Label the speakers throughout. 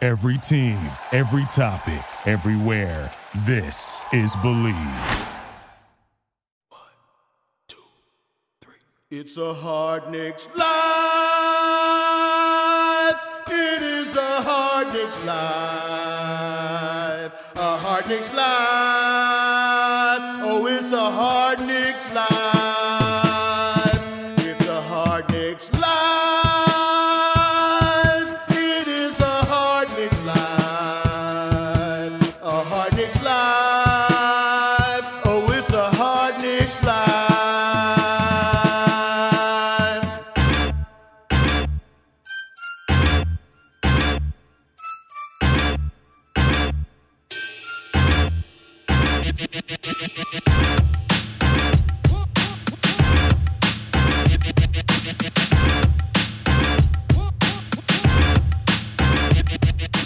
Speaker 1: Every team, every topic, everywhere. This is Believe.
Speaker 2: It's a hard Knicks life. It is a hard Knicks life. A hard Knicks life. Oh, it's a hard Knicks life. It's a hard Knicks life. It is a hard Knicks life. A hard Knicks life. Oh, it's a hard Knicks life.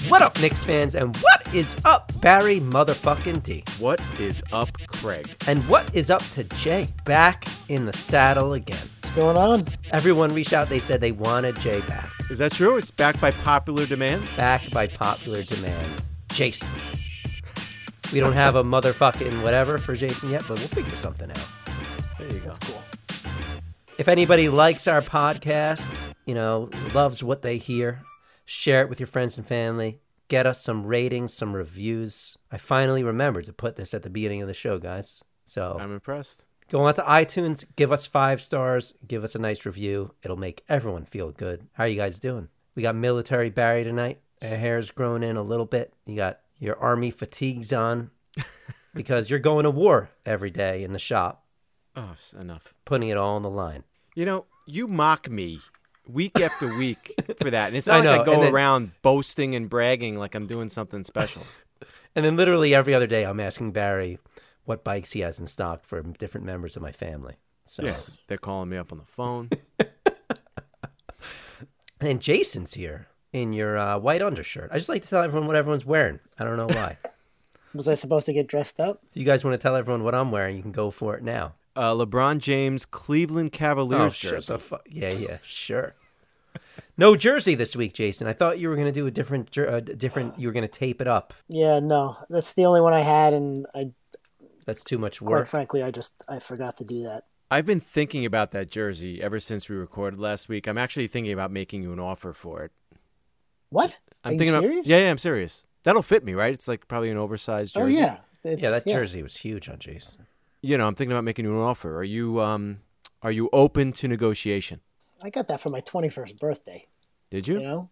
Speaker 3: What up, Knicks fans, and what is up, Barry motherfucking D?
Speaker 4: What is up, Craig?
Speaker 3: And what is up to Jay? Back in the saddle again.
Speaker 5: What's going on?
Speaker 3: Everyone reached out, they said they wanted Jay back.
Speaker 4: Is that true? It's backed by popular demand.
Speaker 3: Back by popular demand. Jason. We don't have a motherfucking whatever for Jason yet, but we'll figure something out.
Speaker 4: There you go.
Speaker 3: If anybody likes our podcast, you know, loves what they hear, share it with your friends and family. Get us some ratings, some reviews. I finally remembered to put this at the beginning of the show, guys. So
Speaker 4: I'm impressed.
Speaker 3: go on to iTunes, give us five stars, give us a nice review. It'll make everyone feel good. How are you guys doing? We got military Barry tonight. Our hair's grown in a little bit. You got your army fatigues on because you're going to war every day in the shop,
Speaker 4: Oh, it's enough.
Speaker 3: putting it all on the line.
Speaker 4: You know, you mock me week after week for that, and it's
Speaker 3: I
Speaker 4: not like I
Speaker 3: know,
Speaker 4: go
Speaker 3: and then-
Speaker 4: around boasting and bragging like I'm doing something special.
Speaker 3: And then literally every other day, I'm asking Barry what bikes he has in stock for different members of my family. So,
Speaker 4: They're calling me up on the phone.
Speaker 3: and Jason's here in your uh, white undershirt. I just like to tell everyone what everyone's wearing. I don't know why.
Speaker 5: Was I supposed to get dressed up?
Speaker 3: if you guys want to tell everyone what I'm wearing, you can go for it now.
Speaker 4: Uh, LeBron James, Cleveland
Speaker 3: Oh,
Speaker 4: Cavaliers
Speaker 3: shut
Speaker 4: jersey.
Speaker 3: the fuck. Yeah, yeah, sure. No jersey this week, Jason. I thought you were going to do a different, jer- a different. You were going to tape it up.
Speaker 5: Yeah, no. That's the only one I had, and I,
Speaker 3: That's too much
Speaker 5: quite
Speaker 3: work.
Speaker 5: frankly, I just I forgot to do that.
Speaker 4: I've been thinking about that jersey ever since we recorded last week. I'm actually thinking about making you an offer for it.
Speaker 5: What?
Speaker 4: I'm
Speaker 5: Are you
Speaker 4: thinking about-
Speaker 5: serious?
Speaker 4: yeah, yeah, I'm serious. That'll fit me, right? It's like probably an oversized jersey.
Speaker 5: Oh yeah. It's-
Speaker 3: yeah, that jersey was huge on Jason.
Speaker 4: you know, I'm thinking about making you an offer. Are you um are you open to negotiation?
Speaker 5: I got that for my twenty-first birthday.
Speaker 4: Did you?
Speaker 5: You know.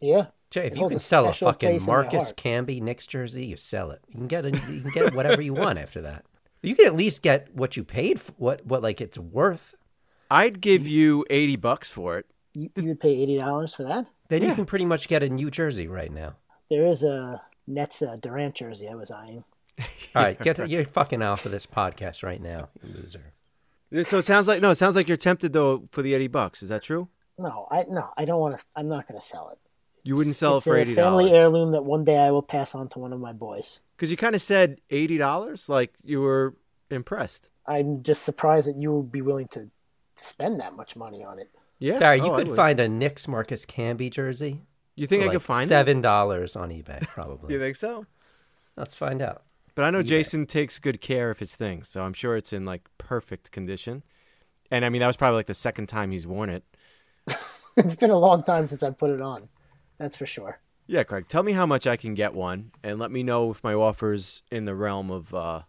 Speaker 5: Yeah.
Speaker 3: Jay, if
Speaker 5: It
Speaker 3: you
Speaker 5: holds
Speaker 3: can
Speaker 5: a
Speaker 3: sell a
Speaker 5: special place
Speaker 3: fucking
Speaker 5: in my
Speaker 3: Marcus
Speaker 5: heart.
Speaker 3: Camby Knicks jersey, you sell it. You can get a, you can get whatever you want after that. You can at least get what you paid for what what like it's worth.
Speaker 4: I'd give you 80 bucks for it.
Speaker 5: You, you would pay eighty dollars for that.
Speaker 3: Then you can pretty much get a new jersey right now.
Speaker 5: There is a Nets uh, Durant jersey I was eyeing.
Speaker 3: All right, get you're fucking off of this podcast right now, you loser.
Speaker 4: So it sounds like no, it sounds like you're tempted though for the 80 bucks. Is that true?
Speaker 5: No, I no, I don't want to. I'm not going to sell it.
Speaker 4: You wouldn't sell
Speaker 5: it's
Speaker 4: it for
Speaker 5: a
Speaker 4: eighty
Speaker 5: family
Speaker 4: dollars
Speaker 5: heirloom that one day I will pass on to one of my boys.
Speaker 4: because you kind of said eighty dollars, like you were impressed.
Speaker 5: I'm just surprised that you would be willing to, to spend that much money on it.
Speaker 4: Yeah,
Speaker 3: Barry, you
Speaker 4: oh, I
Speaker 3: could
Speaker 4: would.
Speaker 3: find a Knicks Marcus Camby jersey.
Speaker 4: You think
Speaker 3: for,
Speaker 4: I
Speaker 3: like
Speaker 4: could find
Speaker 3: seven dollars on eBay probably.
Speaker 4: It? You think so?
Speaker 3: Let's find out.
Speaker 4: But I know Jason takes good care of his things, so I'm sure it's in like perfect condition. And I mean, that was probably like the second time he's worn it.
Speaker 5: it's been a long time since I put it on. That's for sure.
Speaker 4: Yeah, Craig. Tell me how much I can get one, and let me know if my offer's in the realm of, uh,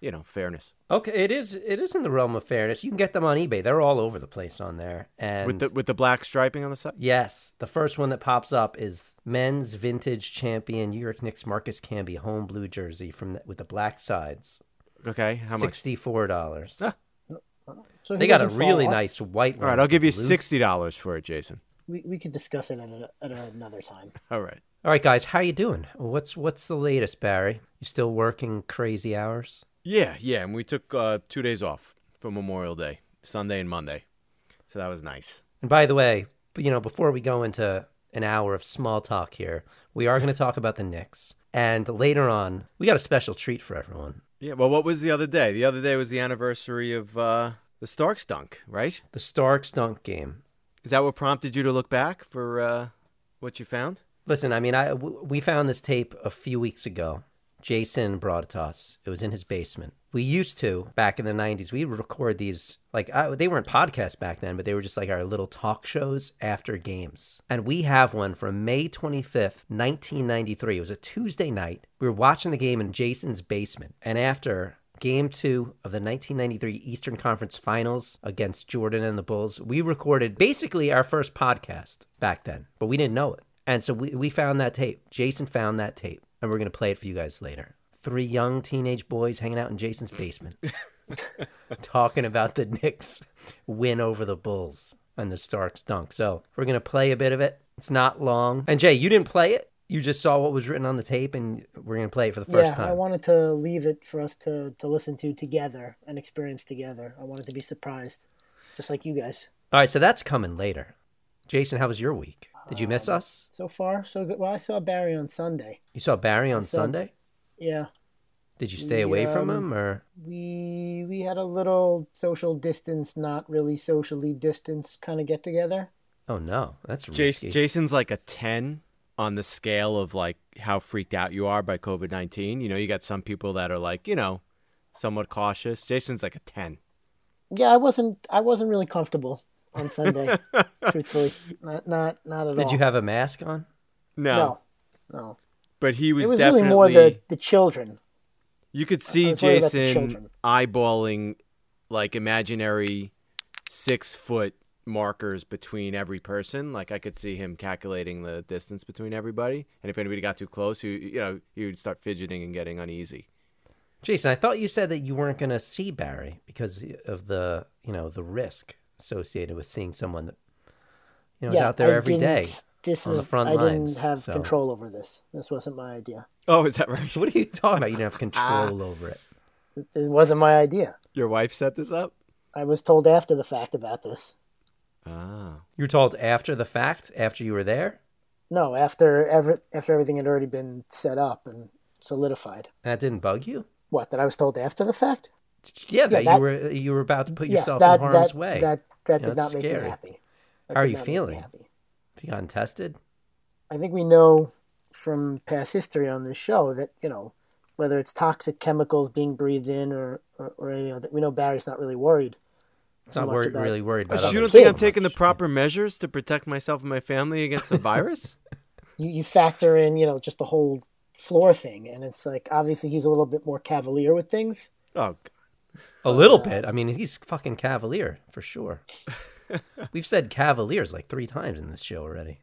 Speaker 4: you know, fairness.
Speaker 3: Okay, it is it is in the realm of fairness. You can get them on eBay. They're all over the place on there. And
Speaker 4: with the with the black striping on the side.
Speaker 3: Yes, the first one that pops up is men's vintage champion New York Knicks Marcus Camby home blue jersey from the, with the black sides,
Speaker 4: Okay, how much? Ah,
Speaker 3: sixty four dollars.
Speaker 5: So he
Speaker 3: They got a
Speaker 5: doesn't fall
Speaker 3: really
Speaker 5: off.
Speaker 3: nice white one.
Speaker 4: All right, I'll give you
Speaker 3: Blue-
Speaker 4: sixty dollars for it, Jason.
Speaker 5: We we could discuss it at, a, at another time.
Speaker 4: All right.
Speaker 3: All right, guys, how you doing? What's what's the latest, Barry? You still working crazy hours?
Speaker 4: Yeah, yeah, and we took uh, two days off for Memorial Day, Sunday and Monday, so that was nice.
Speaker 3: And by the way, you know, before we go into an hour of small talk here, we are going to talk about the Knicks, and later on, we got a special treat for everyone.
Speaker 4: Yeah. Well, what was the other day? The other day was the anniversary of uh, the Starks dunk, right?
Speaker 3: The Starks dunk game.
Speaker 4: Is that what prompted you to look back for uh, what you found?
Speaker 3: Listen, I mean, I w- we found this tape a few weeks ago. Jason brought it to us. It was in his basement. We used to back in the '90s. We would record these like I, they weren't podcasts back then, but they were just like our little talk shows after games. And we have one from May 25th, 1993. It was a Tuesday night. We were watching the game in Jason's basement, and after Game two of the 1993 Eastern Conference Finals against Jordan and the Bulls. We recorded basically our first podcast back then, but we didn't know it. And so we, we found that tape. Jason found that tape, and we're going to play it for you guys later. Three young teenage boys hanging out in Jason's basement, talking about the Knicks' win over the Bulls and the Starks dunk. So we're going to play a bit of it. It's not long. And Jay, you didn't play it. You just saw what was written on the tape, and we're going to play it for the first
Speaker 5: yeah,
Speaker 3: time.
Speaker 5: I wanted to leave it for us to, to listen to together and experience together. I wanted to be surprised, just like you guys.
Speaker 3: All right, so that's coming later. Jason, how was your week? Did you miss
Speaker 5: Um,
Speaker 3: us?
Speaker 5: So far, so good. Well, I saw Barry on Sunday.
Speaker 3: You saw Barry on
Speaker 5: saw-
Speaker 3: Sunday?
Speaker 5: Yeah,
Speaker 3: Did you stay away from
Speaker 5: um,
Speaker 3: him or
Speaker 5: we we had a little social distance, not really socially distanced kind of get together.
Speaker 3: Oh no, that's risky.
Speaker 4: Jason, Jason's like a 10 on the scale of like how freaked out you are by COVID 19. You know, you got some people that are like, you know, somewhat cautious. Jason's like a 10.
Speaker 5: Yeah, I wasn't I wasn't really comfortable on Sunday, truthfully. Not not not at all.
Speaker 3: Did you have um, a mask on?
Speaker 4: No.
Speaker 5: no? No,
Speaker 4: But he was,
Speaker 5: it was
Speaker 4: definitely.
Speaker 5: really more the the children.
Speaker 4: you could see
Speaker 5: was worried about the
Speaker 4: Jason
Speaker 5: children.
Speaker 4: eyeballing like imaginary six foot markers between every person. Like I could see him calculating the distance between everybody. And if anybody got too close, you, you know, he would start fidgeting and getting uneasy.
Speaker 3: Jason, I thought you said that you weren't going to see Barry because of the, you know, the risk associated with seeing someone that you know is out there
Speaker 5: I
Speaker 3: every day.
Speaker 5: didn't- This
Speaker 3: on the
Speaker 5: was
Speaker 3: front
Speaker 5: I
Speaker 3: lines,
Speaker 5: didn't have
Speaker 3: so-
Speaker 5: control over this. This wasn't my idea.
Speaker 4: Oh, is that right?
Speaker 3: What are you talking about? You
Speaker 5: Ah.
Speaker 3: don't have control over it.
Speaker 5: This wasn't my idea.
Speaker 4: Your wife set this up?
Speaker 5: I was told after the fact about this.
Speaker 4: Ah.
Speaker 3: You were told after the fact, after you were there.
Speaker 5: No, after ever, after everything had already been set up and solidified.
Speaker 3: That didn't bug you?
Speaker 5: What that I was told after the fact?
Speaker 3: Yeah, that, you
Speaker 5: that-
Speaker 3: were you were about to put
Speaker 5: Yes,
Speaker 3: yourself in
Speaker 5: that
Speaker 3: harm's
Speaker 5: that,
Speaker 3: way.
Speaker 5: that that
Speaker 3: Yeah,
Speaker 5: did
Speaker 3: that's
Speaker 5: not make
Speaker 3: scary.
Speaker 5: me happy. That
Speaker 3: How are
Speaker 5: did
Speaker 3: you
Speaker 5: not make me
Speaker 3: feeling?
Speaker 5: happy.
Speaker 3: Have you gotten tested?
Speaker 5: I think we know from past history on this show that you know whether it's toxic chemicals being breathed in or or, or any other. We know Barry's not really worried.
Speaker 3: It's
Speaker 5: so
Speaker 3: not
Speaker 5: much
Speaker 3: wor-
Speaker 5: about-
Speaker 3: really worried about.
Speaker 5: But
Speaker 4: You
Speaker 3: other
Speaker 4: don't think I'm
Speaker 3: people.
Speaker 4: taking the proper measures to protect myself and my family against the virus?
Speaker 5: you, you factor in, you know, just the whole floor thing. And it's like, obviously, he's a little bit more cavalier with things.
Speaker 4: oh, g-
Speaker 3: A little bit. I mean, he's fucking cavalier for sure. We've said cavaliers like three times in this show already.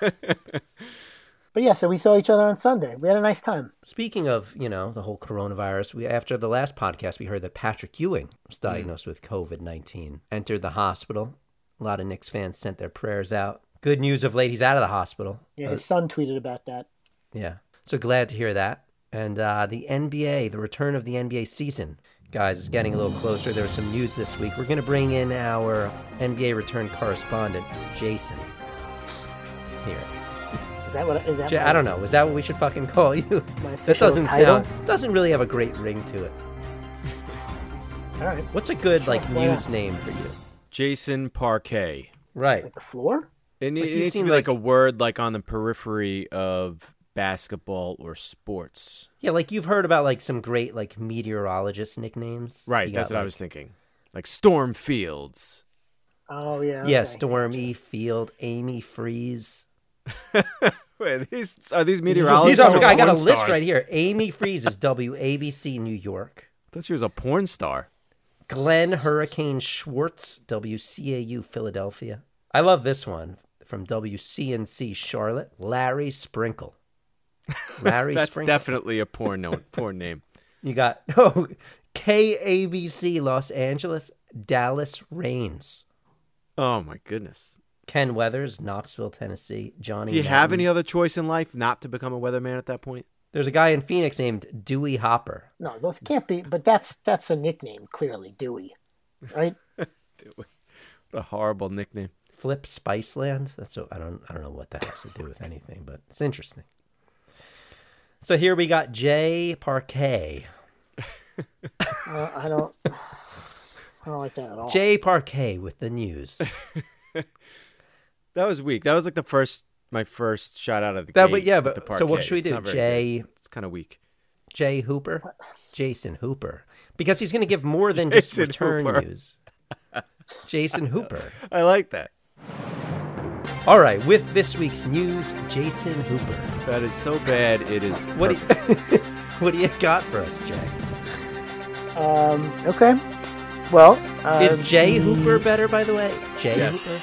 Speaker 5: But yeah, so we saw each other on Sunday. We had a nice time.
Speaker 3: Speaking of, you know, the whole coronavirus, we after the last podcast, we heard that Patrick Ewing was
Speaker 4: Hmm.
Speaker 3: diagnosed with COVID nineteen, entered the hospital. A lot of Knicks fans sent their prayers out. Good news of late, he's out of the hospital.
Speaker 5: Yeah, his son tweeted about that.
Speaker 3: Yeah. So glad to hear that. And uh, the NBA, the return of the NBA season, guys, is getting a little closer. There was some news this week. We're going to bring in our NBA return correspondent, Jason. Here.
Speaker 5: Is that what? Is that?
Speaker 3: Ja-
Speaker 5: my-
Speaker 3: I don't know. Is that what we should fucking call you?
Speaker 5: My
Speaker 3: That
Speaker 5: official
Speaker 3: doesn't
Speaker 5: title?
Speaker 3: sound, doesn't really have a great ring to it.
Speaker 5: All right,
Speaker 3: What's a good, like,
Speaker 5: why
Speaker 3: news
Speaker 5: not?
Speaker 3: name for you?
Speaker 4: Jason Parquet.
Speaker 3: Right.
Speaker 5: like the floor.
Speaker 4: It, ne-
Speaker 3: Like,
Speaker 4: it
Speaker 3: you
Speaker 4: needs to
Speaker 3: seem
Speaker 4: be like,
Speaker 3: like-
Speaker 4: a word like on the periphery of basketball or sports.
Speaker 3: Yeah, like you've heard about, like, some great, like, meteorologist nicknames.
Speaker 4: Right,
Speaker 3: You
Speaker 4: that's
Speaker 3: got,
Speaker 4: what I
Speaker 3: like,
Speaker 4: was thinking. Like storm fields.
Speaker 5: Oh yeah.
Speaker 3: Yeah,
Speaker 5: okay.
Speaker 3: Storm E. Field, Amy Freeze.
Speaker 4: Wait, these are these
Speaker 3: These
Speaker 4: meteorologists?
Speaker 3: are,
Speaker 4: or
Speaker 3: I got a
Speaker 4: porn
Speaker 3: list
Speaker 4: stars?
Speaker 3: right here. Amy Freeze is WABC New York.
Speaker 4: I thought she was a porn star.
Speaker 3: Glenn Hurricane Schwartz, WCAU Philadelphia. I love this one from WCNC Charlotte. Larry Sprinkle. Larry
Speaker 4: That's
Speaker 3: Sprinkle.
Speaker 4: definitely a porn no- porn name.
Speaker 3: you got oh, KABC Los Angeles, Dallas Reigns.
Speaker 4: Oh my goodness.
Speaker 3: Ken Weathers, Knoxville, Tennessee. Johnny.
Speaker 4: Do you have
Speaker 3: Madden.
Speaker 4: any other choice in life not to become a weatherman at that point?
Speaker 3: There's a guy in Phoenix named Dewey Hopper.
Speaker 5: No, those can't be. But that's that's a nickname, clearly Dewey, right?
Speaker 4: What a horrible nickname.
Speaker 3: Flip Spiceland. That's what, I don't I don't know what that has to do with anything, but it's interesting. So here we got Jay Parquet.
Speaker 5: Uh, I don't. I don't like that at
Speaker 3: Oh.
Speaker 5: all.
Speaker 3: Jay Parquet with the news.
Speaker 4: That was weak. That was like the first my first shot out of the
Speaker 3: That
Speaker 4: gate.
Speaker 3: but yeah,
Speaker 4: with
Speaker 3: but
Speaker 4: the
Speaker 3: so what should we
Speaker 4: parquet.
Speaker 3: do?
Speaker 4: It's not very good.
Speaker 3: Jay
Speaker 4: It's kind of weak.
Speaker 3: Jay Hooper, Jason Hooper, because he's going to give more than just
Speaker 4: Jason
Speaker 3: return
Speaker 4: Hooper.
Speaker 3: news. Jason Hooper.
Speaker 4: I like that.
Speaker 3: All right, with this week's news, Jason Hooper.
Speaker 4: That is so bad. It is.
Speaker 3: What do
Speaker 4: perfect.
Speaker 3: you, what do you got for us, Jay?
Speaker 5: Um, okay. Well, uh,
Speaker 3: Is Jay
Speaker 5: the-
Speaker 3: Hooper better, by the way? Jay
Speaker 4: Yes.
Speaker 3: Hooper?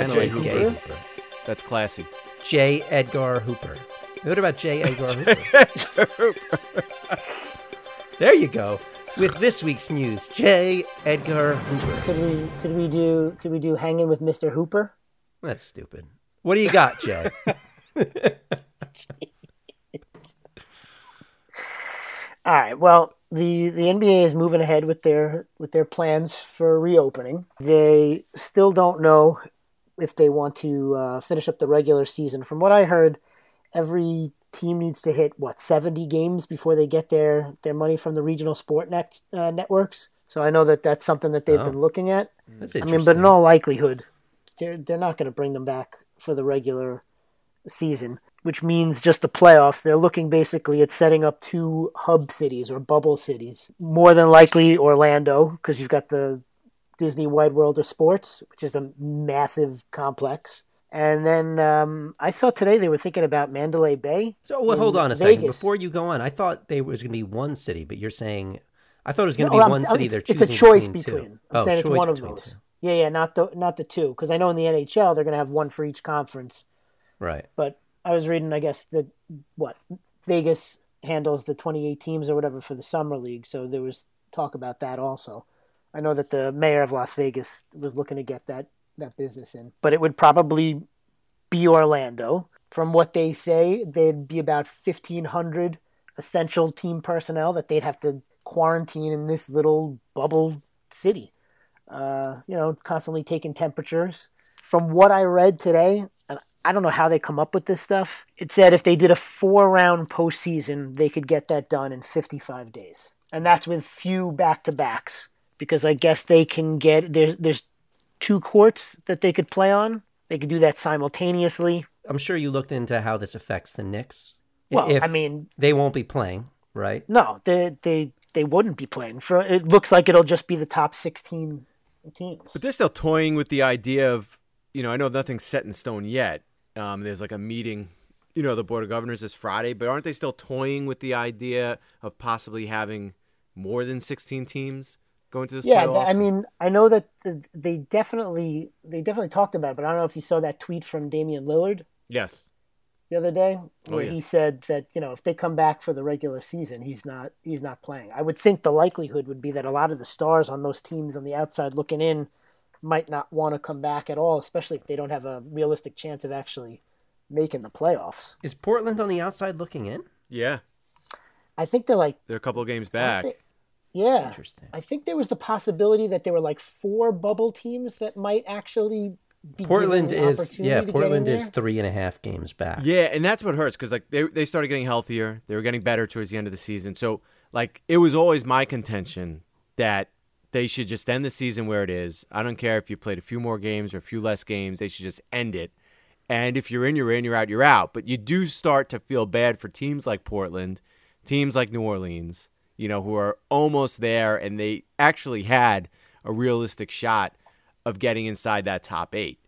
Speaker 3: Kinda
Speaker 4: Jay
Speaker 3: like
Speaker 4: Hooper.
Speaker 3: Jay Hooper.
Speaker 4: That's classy.
Speaker 3: J. Edgar Hooper. What about J. Edgar Hooper? there you go. With this week's news, J. Edgar Hooper.
Speaker 5: Could we could we do could we do hanging with Mr. Hooper?
Speaker 3: That's stupid. What do you got, Jay?
Speaker 5: All right. Well, the the NBA is moving ahead with their with their plans for reopening. They still don't know if they want to uh, finish up the regular season. From what I heard, every team needs to hit what seventy games before they get their their money from the regional sport net, uh, networks. So I know that that's something that they've
Speaker 3: Oh.
Speaker 5: been looking at.
Speaker 3: That's
Speaker 5: I
Speaker 3: interesting.
Speaker 5: mean, but in all likelihood, they're they're not going to bring them back for the regular season, which means just the playoffs. They're looking basically at setting up two hub cities or bubble cities. More than likely, Orlando, because you've got the Disney Wide World of Sports, which is a massive complex. And then um, I saw today they were thinking about Mandalay Bay.
Speaker 3: So well, hold
Speaker 5: in
Speaker 3: on a second.
Speaker 5: Vegas.
Speaker 3: Before you go on, I thought there was going to be one city, but you're saying I thought it was going to
Speaker 5: No,
Speaker 3: be
Speaker 5: I'm-
Speaker 3: one
Speaker 5: I'm-
Speaker 3: city. They're
Speaker 5: it's,
Speaker 3: choosing
Speaker 5: it's a choice
Speaker 3: between,
Speaker 5: between.
Speaker 3: two.
Speaker 5: I'm
Speaker 3: oh,
Speaker 5: saying it's
Speaker 3: choice
Speaker 5: one of
Speaker 3: between
Speaker 5: those.
Speaker 3: two.
Speaker 5: Yeah, yeah, not the not the two, because I know in the NHL they're going to have one for each conference.
Speaker 3: Right.
Speaker 5: but I was reading, I guess that what Vegas handles the 28 teams or whatever for the summer league, so there was talk about that also. I know that the mayor of Las Vegas was looking to get that that business in, but it would probably be Orlando. From what they say, there'd be about 1,500 essential team personnel that they'd have to quarantine in this little bubble city. Uh, you know, constantly taking temperatures from what I read today, and I don't know how they come up with this stuff. It said if they did a four round postseason, they could get that done in 55 days. And that's with few back to backs because I guess they can get there's, there's two courts that they could play on. They could do that simultaneously.
Speaker 3: I'm sure you looked into how this affects the Knicks. I-
Speaker 5: Well,
Speaker 3: if
Speaker 5: I mean,
Speaker 3: they won't be playing, right?
Speaker 5: no, they, they, they wouldn't be playing for it. Looks like it'll just be the top 16 teams.
Speaker 4: But they're still toying with the idea of, you know, I know nothing's set in stone yet. Um, there's like a meeting, you know, the Board of Governors is Friday, but aren't they still toying with the idea of possibly having more than 16 teams going to this
Speaker 5: yeah th-
Speaker 4: playoff?
Speaker 5: i mean i know that th- they definitely they definitely talked about it but i don't know if you saw that tweet from damian lillard
Speaker 4: yes.
Speaker 5: the other day
Speaker 4: Oh,
Speaker 5: where
Speaker 4: yeah.
Speaker 5: he said that you know if they come back for the regular season he's not he's not playing i would think the likelihood would be that a lot of the stars on those teams on the outside looking in might not want to come back at all especially if they don't have a realistic chance of actually making the playoffs
Speaker 3: Is Portland on the outside looking in?
Speaker 4: Yeah.
Speaker 5: i think they're like
Speaker 4: They're a couple of games back.
Speaker 5: think- yeah
Speaker 3: Interesting.
Speaker 5: i think there was the possibility that there were like four bubble teams that might actually be given
Speaker 3: Portland
Speaker 5: the
Speaker 3: is yeah.
Speaker 5: opportunity to get
Speaker 3: Portland
Speaker 5: in
Speaker 3: is
Speaker 5: there.
Speaker 3: three and a half games back.
Speaker 4: Yeah, and that's what hurts because like they they started getting healthier, they were getting better towards the end of the season. So like it was always my contention that they should just end the season where it is. I don't care if you played a few more games or a few less games; they should just end it. And if you're in, you're in; you're out, you're out. But you do start to feel bad for teams like Portland, teams like New Orleans, you know, who are almost there, and they actually had a realistic shot of getting inside that top eight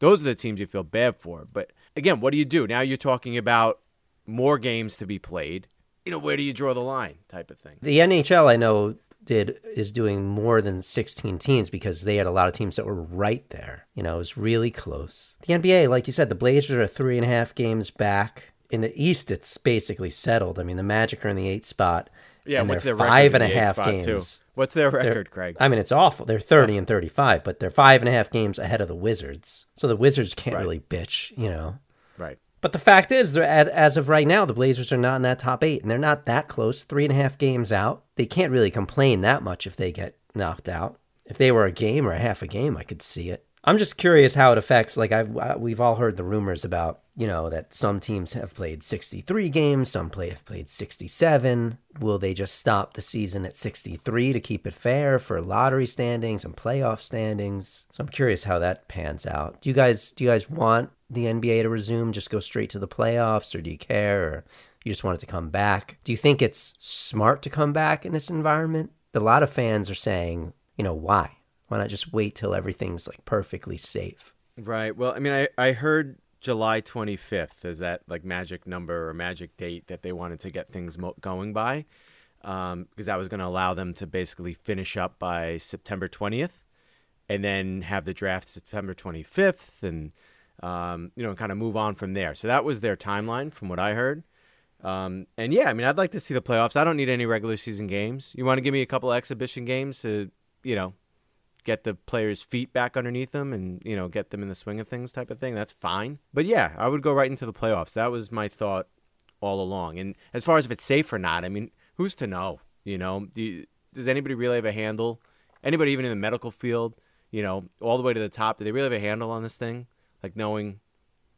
Speaker 4: those are the teams you feel bad for. But again, what do you do? Now you're talking about more games to be played. You know, where do you draw the line type of thing?
Speaker 3: The NHL I know did is doing more than 16 teams because they had a lot of teams that were right there. You know, it was really close. The NBA, like you said, the Blazers are three and a half games back. In the East, it's basically settled. I mean, the Magic are in the eighth spot.
Speaker 4: Yeah,
Speaker 3: and
Speaker 4: what's
Speaker 3: they're
Speaker 4: their
Speaker 3: five and
Speaker 4: record in
Speaker 3: a
Speaker 4: the eighth
Speaker 3: half
Speaker 4: spot, too?
Speaker 3: games?
Speaker 4: What's their
Speaker 3: They're-
Speaker 4: record, Craig?
Speaker 3: I mean, it's awful. They're 30 and 35, but they're five and a half games ahead of the Wizards. So the Wizards can't
Speaker 4: Right.
Speaker 3: really bitch, you know.
Speaker 4: right.
Speaker 3: But the fact is, they're at, as of right now, the Blazers are not in that top eight, and they're not that close. Three and a half games out. They can't really complain that much if they get knocked out. If they were a game or a half a game, I could see it. I'm just curious how it affects. Like I've, uh, we've all heard the rumors about you know, that some teams have played 63 games, some play have played 67. Will they just stop the season at 63 to keep it fair for lottery standings and playoff standings? So I'm curious how that pans out. Do you guys do you guys want the NBA to resume, just go straight to the playoffs, or do you care, or you just want it to come back? Do you think it's smart to come back in this environment? A lot of fans are saying, you know, why? Why not just wait till everything's like perfectly safe?
Speaker 4: Right. Well, I mean, I, I heard July 25th is that like magic number or magic date that they wanted to get things mo- going by because that was going to allow them to basically finish up by September 20th and then have the draft September 25th and, um, you know, kind of move on from there. So that was their timeline from what I heard. Um, and yeah, I mean, I'd like to see the playoffs. I don't need any regular season games. You want to give me a couple of exhibition games to, you know, get the players' feet back underneath them and you know get them in the swing of things type of thing. That's fine. But yeah, I would go right into the playoffs. That was my thought all along. And as far as if it's safe or not, I mean, who's to know? You know, Do you- does anybody really have a handle? Anybody even in the medical field? You know, all the way to the top, do they really have a handle on this thing? Like knowing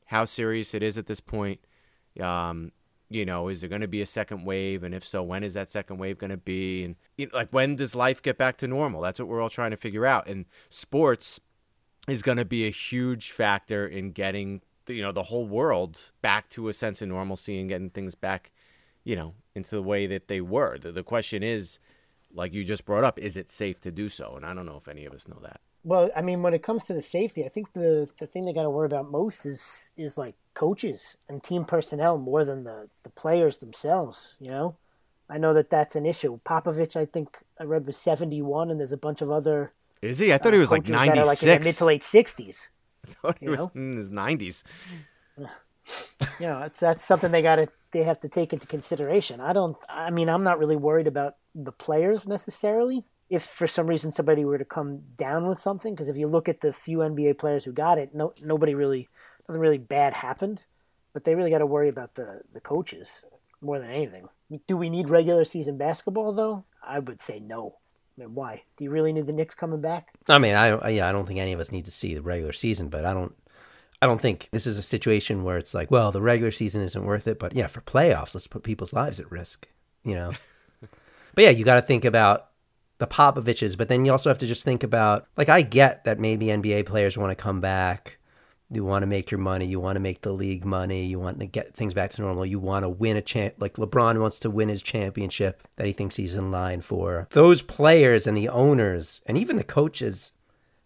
Speaker 4: how serious it is at this point. Um, you know, is there going to be a second wave? And if so, when is that second wave going to be? And you know, like, when does life get back to normal? That's what we're all trying to figure out. And sports is going to be a huge factor in getting, you know, the whole world back to a sense of normalcy and getting things back, you know, into the way that they were. The, the question is, like you just brought up, is it safe to do so? And I don't know if any of us know that.
Speaker 5: Well, I mean, when it comes to the safety, I think the, the thing they got to worry about most is is like coaches and team personnel more than the, the players themselves. You know, I know that that's an issue. Popovich, I think I read was seventy one, and there's a bunch of other
Speaker 4: Is he? I thought he was like
Speaker 5: coaches that are Uh, like in the mid
Speaker 4: 96.
Speaker 5: to late sixties.
Speaker 4: I thought he
Speaker 5: you
Speaker 4: was
Speaker 5: know?
Speaker 4: in his 90s.
Speaker 5: you know that's that's something they got to they have to take into consideration. I don't. I mean, I'm not really worried about the players necessarily. If for some reason somebody were to come down with something, because if you look at the few NBA players who got it, no nobody really nothing really bad happened. But they really got to worry about the the coaches more than anything. Do we need regular season basketball though? I would say no. I mean, why? Do you really need the Knicks coming back?
Speaker 3: I mean, I I- yeah, I don't think any of us need to see the regular season, but I don't I don't think this is a situation where it's like, well, the regular season isn't worth it, but yeah, for playoffs, let's put people's lives at risk, you know. but yeah, you got to think about the Popoviches, but then you also have to just think about like I get that maybe NBA players want to come back. You want to make your money. You want to make the league money. You want to get things back to normal. You want to win a champ. Like LeBron wants to win his championship that he thinks he's in line for. Those players and the owners and even the coaches,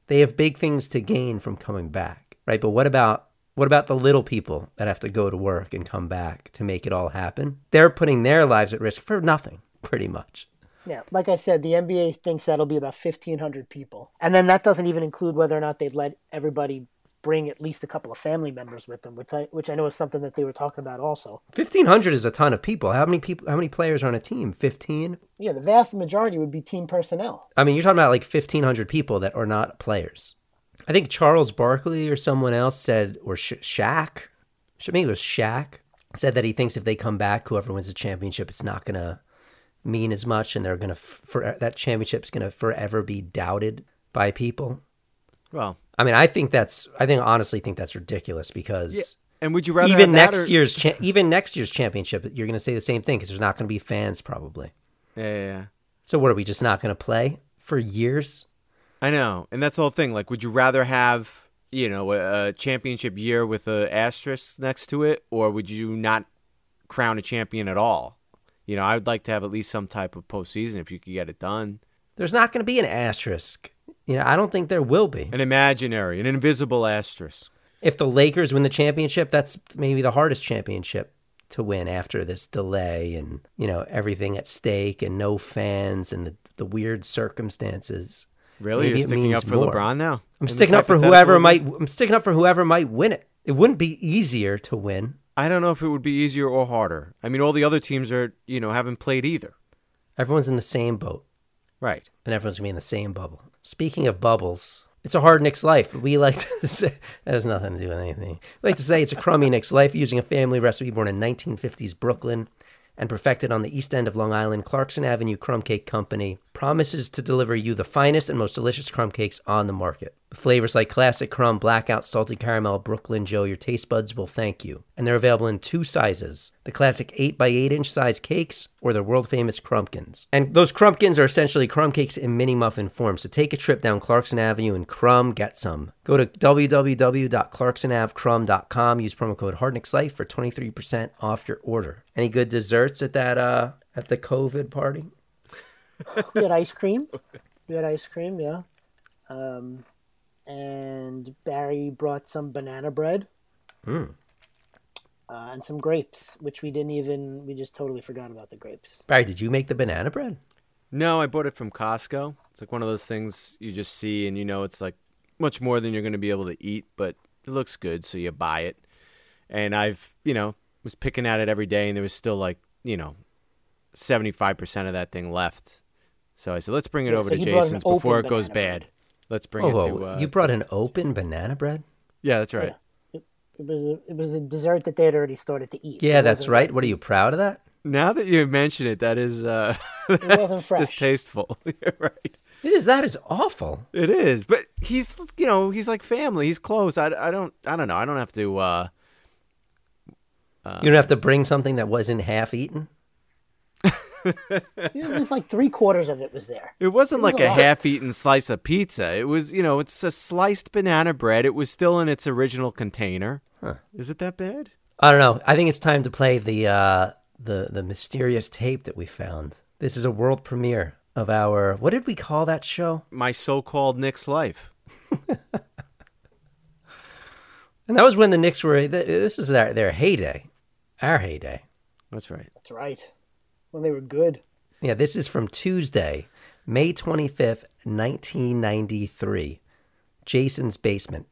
Speaker 3: they have big things to gain from coming back, right? But what about what about the little people that have to go to work and come back to make it all happen? They're putting their lives at risk for nothing, pretty much.
Speaker 5: Yeah, like I said, the NBA thinks that'll be about fifteen hundred people, and then that doesn't even include whether or not they'd let everybody bring at least a couple of family members with them, which I which I know is something that they were talking about also.
Speaker 3: Fifteen hundred is a ton of people. How many people? How many players are on a team? Fifteen.
Speaker 5: Yeah, the vast majority would be team personnel.
Speaker 3: I mean, you're talking about like 1,500 people that are not players. I think Charles Barkley or someone else said, or Sh- Shaq, Sh- maybe it was Shaq, said that he thinks if they come back, whoever wins the championship, it's not going to mean as much, and they're going to for that championship's going to forever be doubted by people.
Speaker 4: Well,
Speaker 3: I mean, I think that's, I think honestly think that's ridiculous because
Speaker 4: and would you rather
Speaker 3: even
Speaker 4: have that
Speaker 3: next
Speaker 4: or-
Speaker 3: year's cha- even next year's championship, you're going to say the same thing because there's not going to be fans probably.
Speaker 4: Yeah, yeah, yeah.
Speaker 3: So what are we just not going to play for years?
Speaker 4: I know, and that's the whole thing. Like, would you rather have you know a, a championship year with a asterisk next to it, or would you not crown a champion at all? You know, I would like to have at least some type of postseason if you could get it done.
Speaker 3: there's not going to be an asterisk. You know, I don't think there will be.
Speaker 4: An imaginary, an invisible asterisk.
Speaker 3: If the Lakers win the championship, that's maybe the hardest championship to win after this delay and, you know, everything at stake and no fans and the, the weird circumstances.
Speaker 4: Really,
Speaker 3: Maybe
Speaker 4: you're
Speaker 3: it
Speaker 4: sticking
Speaker 3: means
Speaker 4: up for
Speaker 3: more.
Speaker 4: LeBron now?
Speaker 3: I'm
Speaker 4: In this
Speaker 3: sticking up for
Speaker 4: hypothetical
Speaker 3: whoever
Speaker 4: universe?
Speaker 3: might I'm sticking up for whoever might win it. It wouldn't be easier to win.
Speaker 4: I don't know if it would be easier or harder. I mean, all the other teams are you know haven't played either.
Speaker 3: Everyone's in the same boat.
Speaker 4: Right.
Speaker 3: and everyone's gonna be in the same bubble. Speaking of bubbles, it's a hard Knicks life. We like to say that has nothing to do with anything. We like to say it's a crummy Knicks life using a family recipe born in 1950s Brooklyn and perfected on the east end of Long Island. Clarkson Avenue Crumb Cake Company promises to deliver you the finest and most delicious crumb cakes on the market. Flavors like classic crumb, blackout, salted caramel, Brooklyn Joe, your taste buds will thank you. And they're available in two sizes the classic 8x8 inch size cakes or the world famous crumpkins. And those crumpkins are essentially crumb cakes in mini muffin form. So take a trip down Clarkson Avenue and crumb get some. Go to www.clarksonavcrumb.com, use promo code HardnicksLife for 23% off your order. Any good desserts at that uh at the COVID party?
Speaker 5: We had ice cream. We had ice cream, yeah. Um, and Barry brought some banana bread.
Speaker 3: Hmm.
Speaker 5: Uh, and some grapes, which we didn't even, we just totally forgot about the grapes.
Speaker 3: Barry, did you make the banana bread?
Speaker 4: No, I bought it from Costco. It's like one of those things you just see and you know it's like much more than you're going to be able to eat, but it looks good, so you buy it. And I've, you know, was picking at it every day and there was still like, you know, 75% of that thing left. So I said, let's bring it
Speaker 5: Yeah,
Speaker 4: over
Speaker 5: so
Speaker 4: to
Speaker 5: he brought an
Speaker 4: Jason's before
Speaker 5: open
Speaker 4: it goes
Speaker 5: banana
Speaker 4: bad. Let's bring
Speaker 3: Oh,
Speaker 4: it
Speaker 3: whoa,
Speaker 4: to uh,
Speaker 3: you brought an open banana bread?
Speaker 4: Yeah, that's right.
Speaker 5: It was a, it was a dessert that they had already started to eat.
Speaker 3: Yeah,
Speaker 5: It
Speaker 3: that's
Speaker 5: wasn't-
Speaker 3: right. What are you proud of that?
Speaker 4: Now that you mention it, that is uh
Speaker 5: It wasn't
Speaker 4: that's
Speaker 5: fresh.
Speaker 4: distasteful. You're right.
Speaker 3: It is that is awful.
Speaker 4: It is, but he's you know he's like family. He's close. I, I don't I don't know. I don't have to. uh
Speaker 3: you don't have to bring something that wasn't half eaten.
Speaker 5: It was like three quarters of it was there.
Speaker 4: It wasn't like
Speaker 5: was a
Speaker 4: a
Speaker 5: lot.
Speaker 4: half-eaten slice of pizza. It was you know it's a sliced banana bread. It was still in its original container. Is it that bad?
Speaker 3: I don't know. I think it's time to play the uh the the mysterious tape that we found. This is a world premiere of our what did we call that show?
Speaker 4: My so-called Nick's life.
Speaker 3: And that was when the Knicks were th- this is their their heyday. Our heyday.
Speaker 4: That's right.
Speaker 5: That's right. When they were good.
Speaker 3: Yeah, this is from Tuesday, May 25th, 1993. Jason's basement.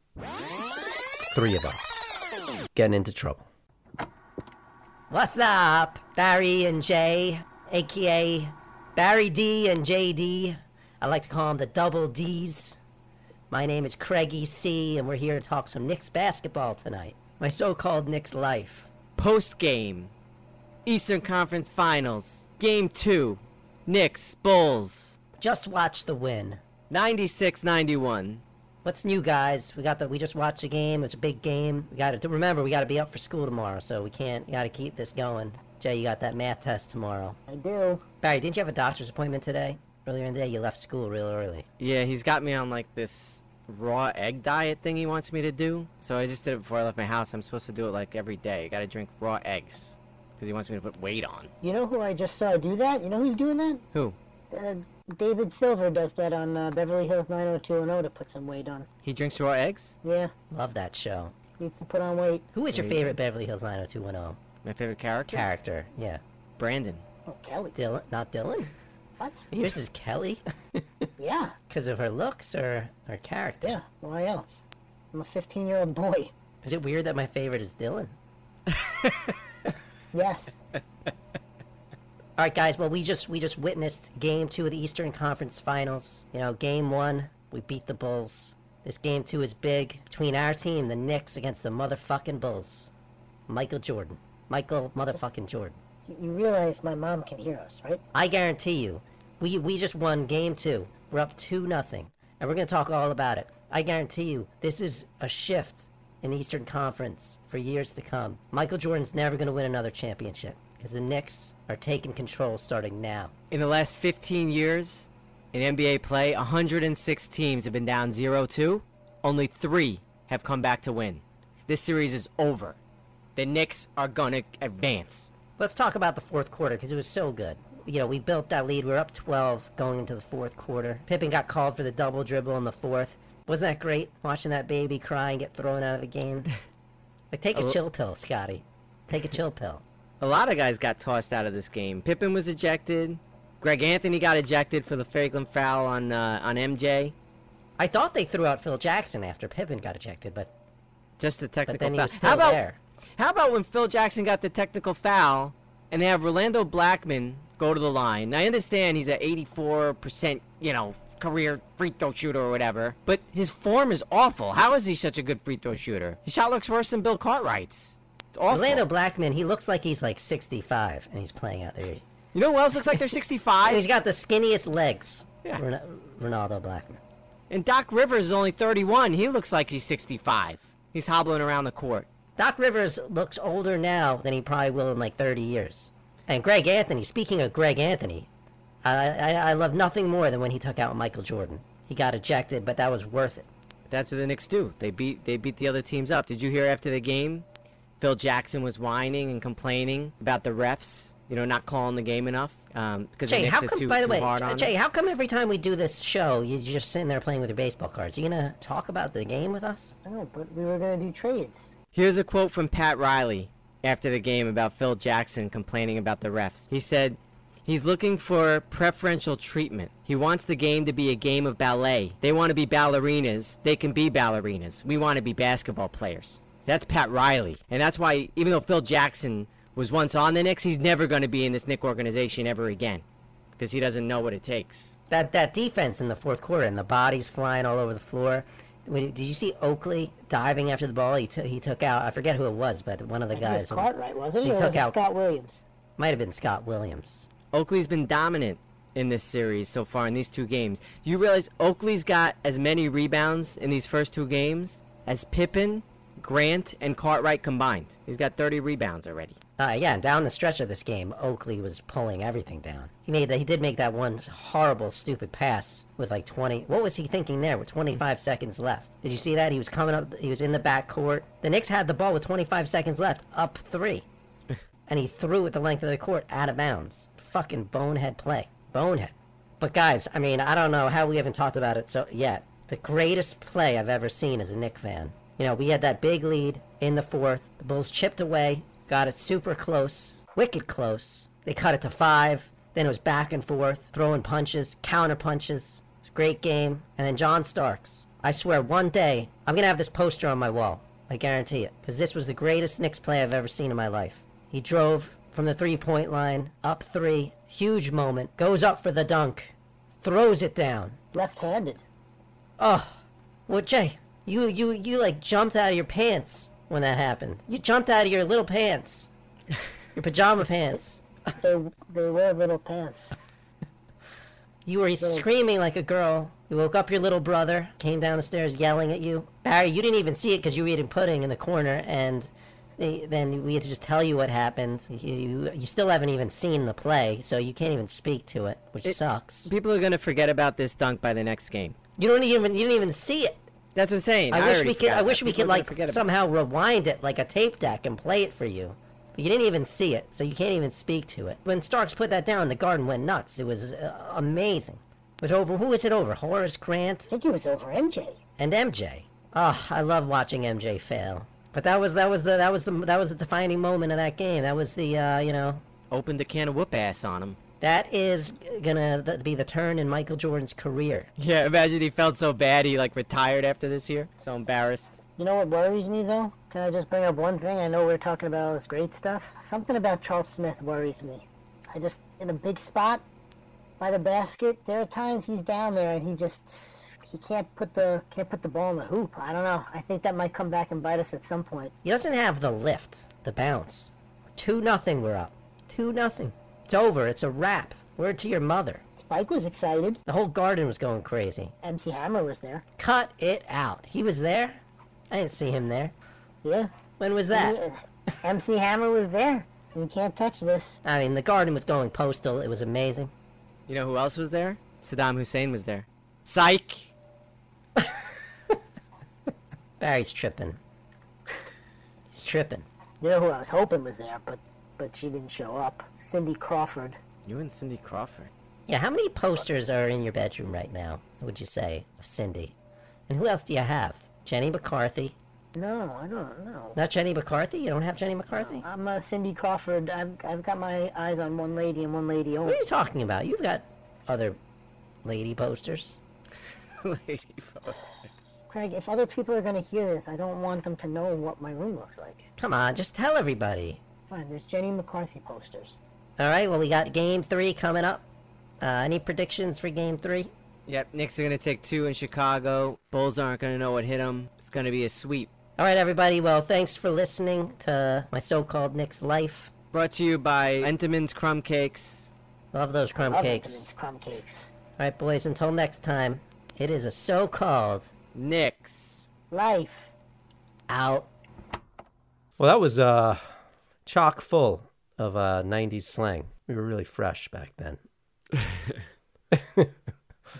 Speaker 3: Three of us getting into trouble.
Speaker 6: What's up, Barry and Jay, aka Barry D and JD? I like to call them the double D's. My name is Craigie C, and we're here to talk some Knicks basketball tonight. My so called Knicks life.
Speaker 7: Post game. Eastern Conference Finals. Game 2. Knicks, Bulls.
Speaker 6: Just watch the win.
Speaker 7: 96 91.
Speaker 6: What's new, guys? We got the. We just watched the game. It was a big game. We got to remember. We got to be up for school tomorrow, so we can't. Got to keep this going. Jay, you got that math test tomorrow.
Speaker 5: I do.
Speaker 6: Barry, didn't you have a doctor's appointment today? Earlier in the day, you left school real early.
Speaker 7: Yeah, he's got me on like this raw egg diet thing he wants me to do. So I just did it before I left my house. I'm supposed to do it like every day. I gotta drink raw eggs. Because he wants me to put weight on.
Speaker 5: You know who I just saw do that? You know who's doing that?
Speaker 7: Who?
Speaker 5: Uh, David Silver does that on uh, Beverly Hills 90210 to put some weight on.
Speaker 7: He drinks raw eggs?
Speaker 5: Yeah,
Speaker 6: Love that show.
Speaker 5: needs to put on weight.
Speaker 6: Who is your favorite Beverly Hills 90210
Speaker 7: My favorite character?
Speaker 6: character? Yeah.
Speaker 7: Brandon.
Speaker 5: Oh, Kelly.
Speaker 6: Dylan, not Dylan.
Speaker 5: What?
Speaker 6: Yours is Kelly
Speaker 5: Yeah,
Speaker 6: because of her looks or her character.
Speaker 5: yeah. Why else? I'm a 15 year old boy.
Speaker 6: Is it weird that my favorite is Dylan?
Speaker 5: Yes.
Speaker 6: All right, guys. Well, we just we just witnessed Game Two of the Eastern Conference Finals. You know, Game One we beat the Bulls. This Game Two is big between our team, the Knicks, against the motherfucking Bulls. Michael Jordan, Michael motherfucking Jordan.
Speaker 5: You- you realize my mom can hear us, right?
Speaker 6: I guarantee you, we we just won Game Two. We're up two nothing, and we're gonna talk all about it. I guarantee you, this is a shift in the Eastern Conference for years to come. Michael Jordan's never gonna win another championship because the Knicks are taking control starting now.
Speaker 7: In the last 15 years in NBA play, 106 teams have been down 0 2. Only three have come back to win. This series is over. The Knicks are going to advance.
Speaker 6: Let's talk about the fourth quarter because it was so good. You know, we built that lead. We were up 12 going into the fourth quarter. Pippen got called for the double dribble in the fourth. Wasn't that great? Watching that baby cry and get thrown out of the game. Like, take
Speaker 7: Oh.
Speaker 6: a chill pill, Scotty. Take a chill pill.
Speaker 7: A lot of guys got tossed out of this game. Pippen was ejected. Greg Anthony got ejected for the Franklin foul on uh, on MJ.
Speaker 6: I thought they threw out Phil Jackson after Pippen got ejected, but
Speaker 7: Just the
Speaker 6: but
Speaker 7: technical
Speaker 6: then he
Speaker 7: foul.
Speaker 6: was still
Speaker 7: how about
Speaker 6: there.
Speaker 7: how about when Phil Jackson got the technical foul and they have Rolando Blackman go to the line? Now, I understand he's at 84%, you know, career free throw shooter or whatever, but his form is awful. How is he such a good free throw shooter? His shot looks worse than Bill Cartwright's. It's awful.
Speaker 6: Orlando Blackman, he looks like he's like 65 and he's playing out there.
Speaker 7: You know who else looks like they're 65?
Speaker 6: He's got the skinniest legs.
Speaker 7: Yeah.
Speaker 6: Ron- Ronaldo Blackman.
Speaker 7: And Doc Rivers is only 31. He looks like he's 65. He's hobbling around the court.
Speaker 6: Doc Rivers looks older now than he probably will in like 30 years. And Greg Anthony, speaking of Greg Anthony, I, I, I love nothing more than when he took out Michael Jordan. He got ejected, but that was worth it.
Speaker 7: That's what the Knicks do. They beat they beat the other teams up. Did you hear after the game? Phil Jackson was whining and complaining about the refs, you know, not calling the game enough. Um, because the
Speaker 6: Jay,
Speaker 7: Knicks
Speaker 6: how
Speaker 7: are
Speaker 6: come,
Speaker 7: too,
Speaker 6: by the
Speaker 7: too
Speaker 6: way,
Speaker 7: hard on
Speaker 6: Jay,
Speaker 7: them.
Speaker 6: how come every time we do this show, you're just sitting there playing with your baseball cards? You gonna talk about the game with us?
Speaker 5: I know, but we were gonna do trades.
Speaker 7: Here's a quote from Pat Riley after the game about Phil Jackson complaining about the refs. He said, He's looking for preferential treatment. He wants the game to be a game of ballet. They want to be ballerinas. They can be ballerinas. We want to be basketball players. That's Pat Riley. And that's why, even though Phil Jackson was once on the Knicks, he's never going to be in this Knick organization ever again because he doesn't know what it takes.
Speaker 6: That that defense in the fourth quarter and the bodies flying all over the floor. When, did you see Oakley diving after the ball? He took he took out. I forget who it was, but one of the
Speaker 5: I think it was
Speaker 6: guys
Speaker 5: Cartwright, wasn't
Speaker 6: he
Speaker 5: it? Or
Speaker 6: took
Speaker 5: was it
Speaker 6: out-
Speaker 5: Scott Williams?
Speaker 6: might have been Scott Williams.
Speaker 7: Oakley's been dominant in this series so far in these two games. You realize Oakley's got as many rebounds in these first two games as Pippen, Grant, and Cartwright combined. He's got 30 rebounds already.
Speaker 6: Uh, yeah, and down the stretch of this game, Oakley was pulling everything down. He made that. He did make that one horrible, stupid pass with like 20. What was he thinking there with 25 seconds left? Did you see that? He was coming up. He was in the back court. The Knicks had the ball with 25 seconds left, up three, and he threw it the length of the court out of bounds. Fucking bonehead play, bonehead. But guys, I mean, I don't know how we haven't talked about it so yet. The greatest play I've ever seen as a Knicks fan. You know, we had that big lead in the fourth. The Bulls chipped away, got it super close, wicked close. They cut it to five. Then it was back and forth, throwing punches, counter punches. It's a great game. And then John Starks. I swear, one day I'm gonna have this poster on my wall. I guarantee it, because this was the greatest Knicks play I've ever seen in my life. He drove from the three-point line, up three, huge moment, goes up for the dunk, throws it down.
Speaker 5: Left-handed.
Speaker 6: Well, Jay, you you you like jumped out of your pants when that happened. You jumped out of your little pants, your pajama pants.
Speaker 5: They they wear little pants.
Speaker 6: You were screaming like a girl. You woke up your little brother, came down the stairs yelling at you. Barry, you didn't even see it because you were eating pudding in the corner, and they- then we had to just tell you what happened. You, you, you still haven't even seen the play, so you can't even speak to it, which sucks.
Speaker 7: People are going to forget about this dunk by the next game.
Speaker 6: You don't even you didn't even see it.
Speaker 7: That's what I'm saying.
Speaker 6: I, wish
Speaker 7: already
Speaker 6: we could.
Speaker 7: forgot
Speaker 6: I wish
Speaker 7: that.
Speaker 6: we
Speaker 7: People
Speaker 6: could
Speaker 7: are gonna
Speaker 6: like
Speaker 7: forget about it.
Speaker 6: somehow rewind it like a tape deck and play it for you. But you didn't even see it, so you can't even speak to it. When Starks put that down, the garden went nuts. It was uh, amazing. It was over. Who was it over? Horace Grant
Speaker 5: I think it was over MJ.
Speaker 6: and MJ. Oh, I love watching MJ fail. But that was that was the that was the that was the defining moment of that game. That was the uh, you know
Speaker 7: Opened a can of whoop ass on him.
Speaker 6: that is gonna th- be the turn in Michael Jordan's career.
Speaker 7: Yeah, imagine he felt so bad he like retired after this year. So embarrassed.
Speaker 5: You know what worries me though? Can I just bring up one thing? I know we're talking about all this great stuff. Something about Charles Smith worries me. I just in a big spot by the basket. There are times he's down there and he just he can't put the can't put the ball in the hoop. I don't know. I think that might come back and bite us at some point.
Speaker 6: He doesn't have the lift, the bounce. Two nothing, we're up. Two nothing. It's over. It's a wrap. Word to your mother.
Speaker 5: Spike was excited.
Speaker 6: The whole garden was going crazy.
Speaker 5: MC Hammer was there.
Speaker 6: Cut it out. He was there. I didn't see him there.
Speaker 5: Yeah.
Speaker 6: When was that?
Speaker 5: Yeah. MC Hammer was there. You can't touch this.
Speaker 6: I mean, the garden was going postal. It was amazing.
Speaker 7: You know who else was there? Saddam Hussein was there. Psych.
Speaker 6: Barry's tripping. He's tripping.
Speaker 5: You know who I was hoping was there, but but she didn't show up. Cindy Crawford.
Speaker 7: You and Cindy Crawford.
Speaker 6: Yeah, how many posters are in your bedroom right now? Would you say of Cindy? And who else do you have? Jenny McCarthy.
Speaker 5: No, I don't know.
Speaker 6: Not Jenny McCarthy. You don't have Jenny McCarthy.
Speaker 5: I'm uh, Cindy Crawford. I've, I've got my eyes on one lady and one lady
Speaker 6: What
Speaker 5: only.
Speaker 6: are you talking about? You've got other lady posters.
Speaker 7: Lady Post.
Speaker 5: Craig, if other people are going to hear this, I don't want them to know what my room looks like.
Speaker 6: Come on, just tell everybody.
Speaker 5: Fine, there's Jenny McCarthy posters.
Speaker 6: All right, well, we got game three coming up. Uh, any predictions for game three?
Speaker 7: Yep, Knicks are gonna take two in Chicago. Bulls aren't gonna know what hit them. It's gonna be a sweep.
Speaker 6: All right, everybody, well, thanks for listening to my so called Knicks life.
Speaker 7: Brought to you by Entenmann's Crumb Cakes.
Speaker 6: Love those crumb
Speaker 5: Love it, and
Speaker 6: cakes.
Speaker 5: It's crumb cakes.
Speaker 6: All right, boys, until next time. It is a so-called
Speaker 7: Knicks.
Speaker 5: Life.
Speaker 6: out.
Speaker 3: Well, that was uh, chock full of uh, 90s slang. We were really fresh back then.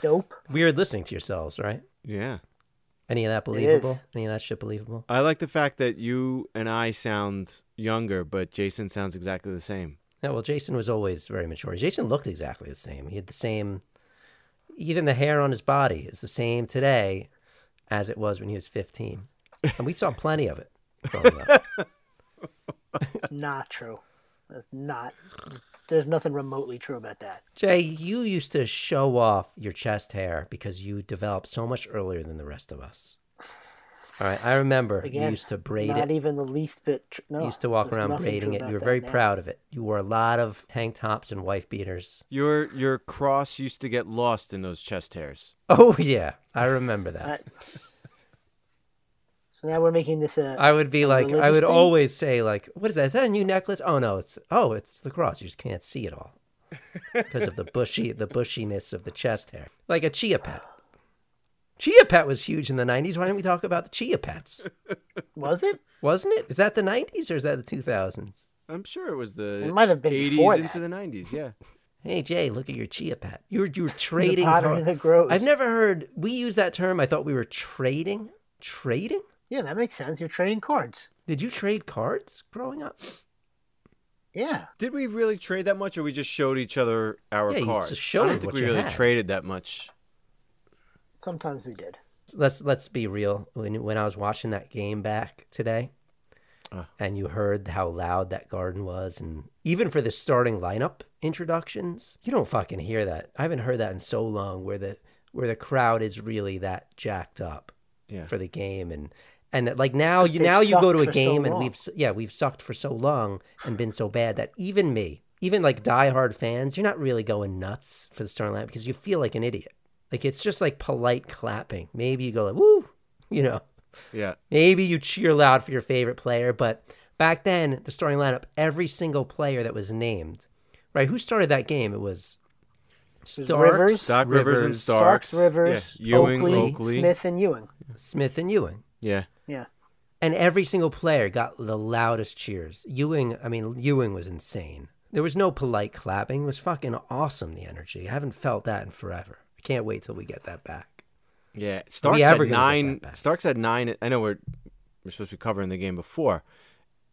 Speaker 5: Dope.
Speaker 3: We were listening to yourselves, right?
Speaker 4: Yeah.
Speaker 3: Any of that believable?
Speaker 5: is.
Speaker 3: Any of that shit believable?
Speaker 4: I like the fact that you and I sound younger, but Jason sounds exactly the same.
Speaker 3: Yeah, well, Jason was always very mature. Jason looked exactly the same. He had the same, even the hair on his body is the same today as it was when he was 15. And we saw plenty of it growing up.
Speaker 5: It's not true. That's not. There's nothing remotely true about that.
Speaker 3: Jay, you used to show off your chest hair because you developed so much earlier than the rest of us. All right, I remember you
Speaker 5: Again,
Speaker 3: used to braid
Speaker 5: Not
Speaker 3: it.
Speaker 5: even the least bit. Tr- no.
Speaker 3: You used to walk
Speaker 5: there's
Speaker 3: around
Speaker 5: nothing
Speaker 3: braiding
Speaker 5: true
Speaker 3: it.
Speaker 5: about
Speaker 3: You were
Speaker 5: that
Speaker 3: very
Speaker 5: now.
Speaker 3: proud of it. You wore a lot of tank tops and wife beaters.
Speaker 4: Your your cross used to get lost in those chest hairs.
Speaker 3: Oh yeah, I remember that.
Speaker 5: That- So now we're making this a.
Speaker 3: I would be like, I
Speaker 5: religious
Speaker 3: would
Speaker 5: thing?
Speaker 3: always say like, "What is that? Is that a new necklace? Oh no, it's oh, it's the cross. You just can't see it all because of the bushy, the bushiness of the chest hair, like a chia pet. Chia pet was huge in the '90s. Why didn't we talk about the chia pets?
Speaker 5: was it?
Speaker 3: Wasn't it? Is that the '90s or is that the 2000s?
Speaker 4: I'm sure it was the
Speaker 5: It might have been
Speaker 4: 80s
Speaker 5: before
Speaker 4: into
Speaker 5: that.
Speaker 4: the 90s. Yeah.
Speaker 3: Hey Jay, look at your chia pet. You were you were trading.
Speaker 5: potter
Speaker 3: car-
Speaker 5: that grows.
Speaker 3: I've never heard we use that term. I thought we were trading. Trading?
Speaker 5: Yeah, that makes sense. You're trading cards.
Speaker 3: Did you trade cards growing up?
Speaker 5: Yeah.
Speaker 4: Did we really trade that much, or we just showed each other our
Speaker 3: Yeah, you
Speaker 4: cards?
Speaker 3: just showed
Speaker 4: I don't think
Speaker 3: what
Speaker 4: we
Speaker 3: you
Speaker 4: really
Speaker 3: had.
Speaker 4: traded that much.
Speaker 5: Sometimes we did.
Speaker 3: let's let's be real. When when I was watching that game back today,
Speaker 4: Uh.
Speaker 3: and you heard how loud that garden was, and even for the starting lineup introductions, you don't fucking hear that. I haven't heard that in so long. Where the where the crowd is really that jacked up
Speaker 4: Yeah.
Speaker 3: for the game and. And that, like now, you
Speaker 5: they've
Speaker 3: now you go
Speaker 5: sucked
Speaker 3: to a
Speaker 5: for so
Speaker 3: game and
Speaker 5: long.
Speaker 3: we've s- yeah we've sucked for so long and been so bad that even me, even like diehard fans, you're not really going nuts for the starting lineup because you feel like an idiot. Like it's just like polite clapping. Maybe you go like woo, you know.
Speaker 4: Yeah.
Speaker 3: Maybe you cheer loud for your favorite player, but back then the starting lineup, every single player that was named, right? Who started that game? It was
Speaker 5: There's
Speaker 3: Starks,
Speaker 5: Rivers.
Speaker 4: Doc Rivers, and
Speaker 3: Rivers,
Speaker 4: Starks.
Speaker 5: Rivers,
Speaker 4: Yeah. Ewing,
Speaker 5: Oakley,
Speaker 4: Oakley.
Speaker 5: Smith, and Ewing.
Speaker 3: Smith, and Ewing.
Speaker 4: Yeah.
Speaker 5: Yeah.
Speaker 3: And every single player got the loudest cheers. Ewing, I mean, Ewing was insane. There was no polite clapping. It was fucking awesome, the energy. I haven't felt that in forever. I can't wait till we get that back.
Speaker 4: Yeah, Starks
Speaker 3: ever gonna
Speaker 4: had
Speaker 3: get
Speaker 4: nine.
Speaker 3: that back?
Speaker 4: Starks had nine. I know we're we're supposed to be covering the game before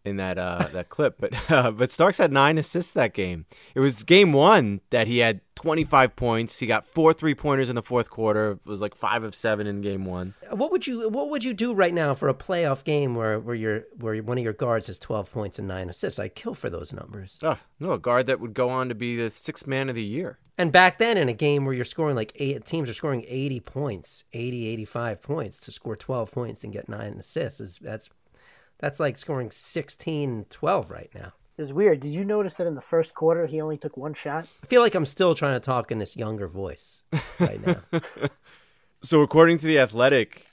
Speaker 4: in that uh, that clip, but uh, but Starks had nine assists that game. It was game one that he had twenty five points. He got four three pointers in the fourth quarter. It was like five of seven in game one.
Speaker 3: What would you what would you do right now for a playoff game where where your where one of your guards has 12 points and 9 assists? I kill for those numbers.
Speaker 4: Ah, no, a guard that would go on to be the sixth man of the year.
Speaker 3: And back then, in a game where you're scoring like eight, teams are scoring 80 points, 80, 85 points to score 12 points and get nine assists is that's that's like scoring 16, 12 right now.
Speaker 5: It's weird. Did you notice that in the first quarter he only took one shot?
Speaker 3: I feel like I'm still trying to talk in this younger voice right now.
Speaker 4: So, according to The Athletic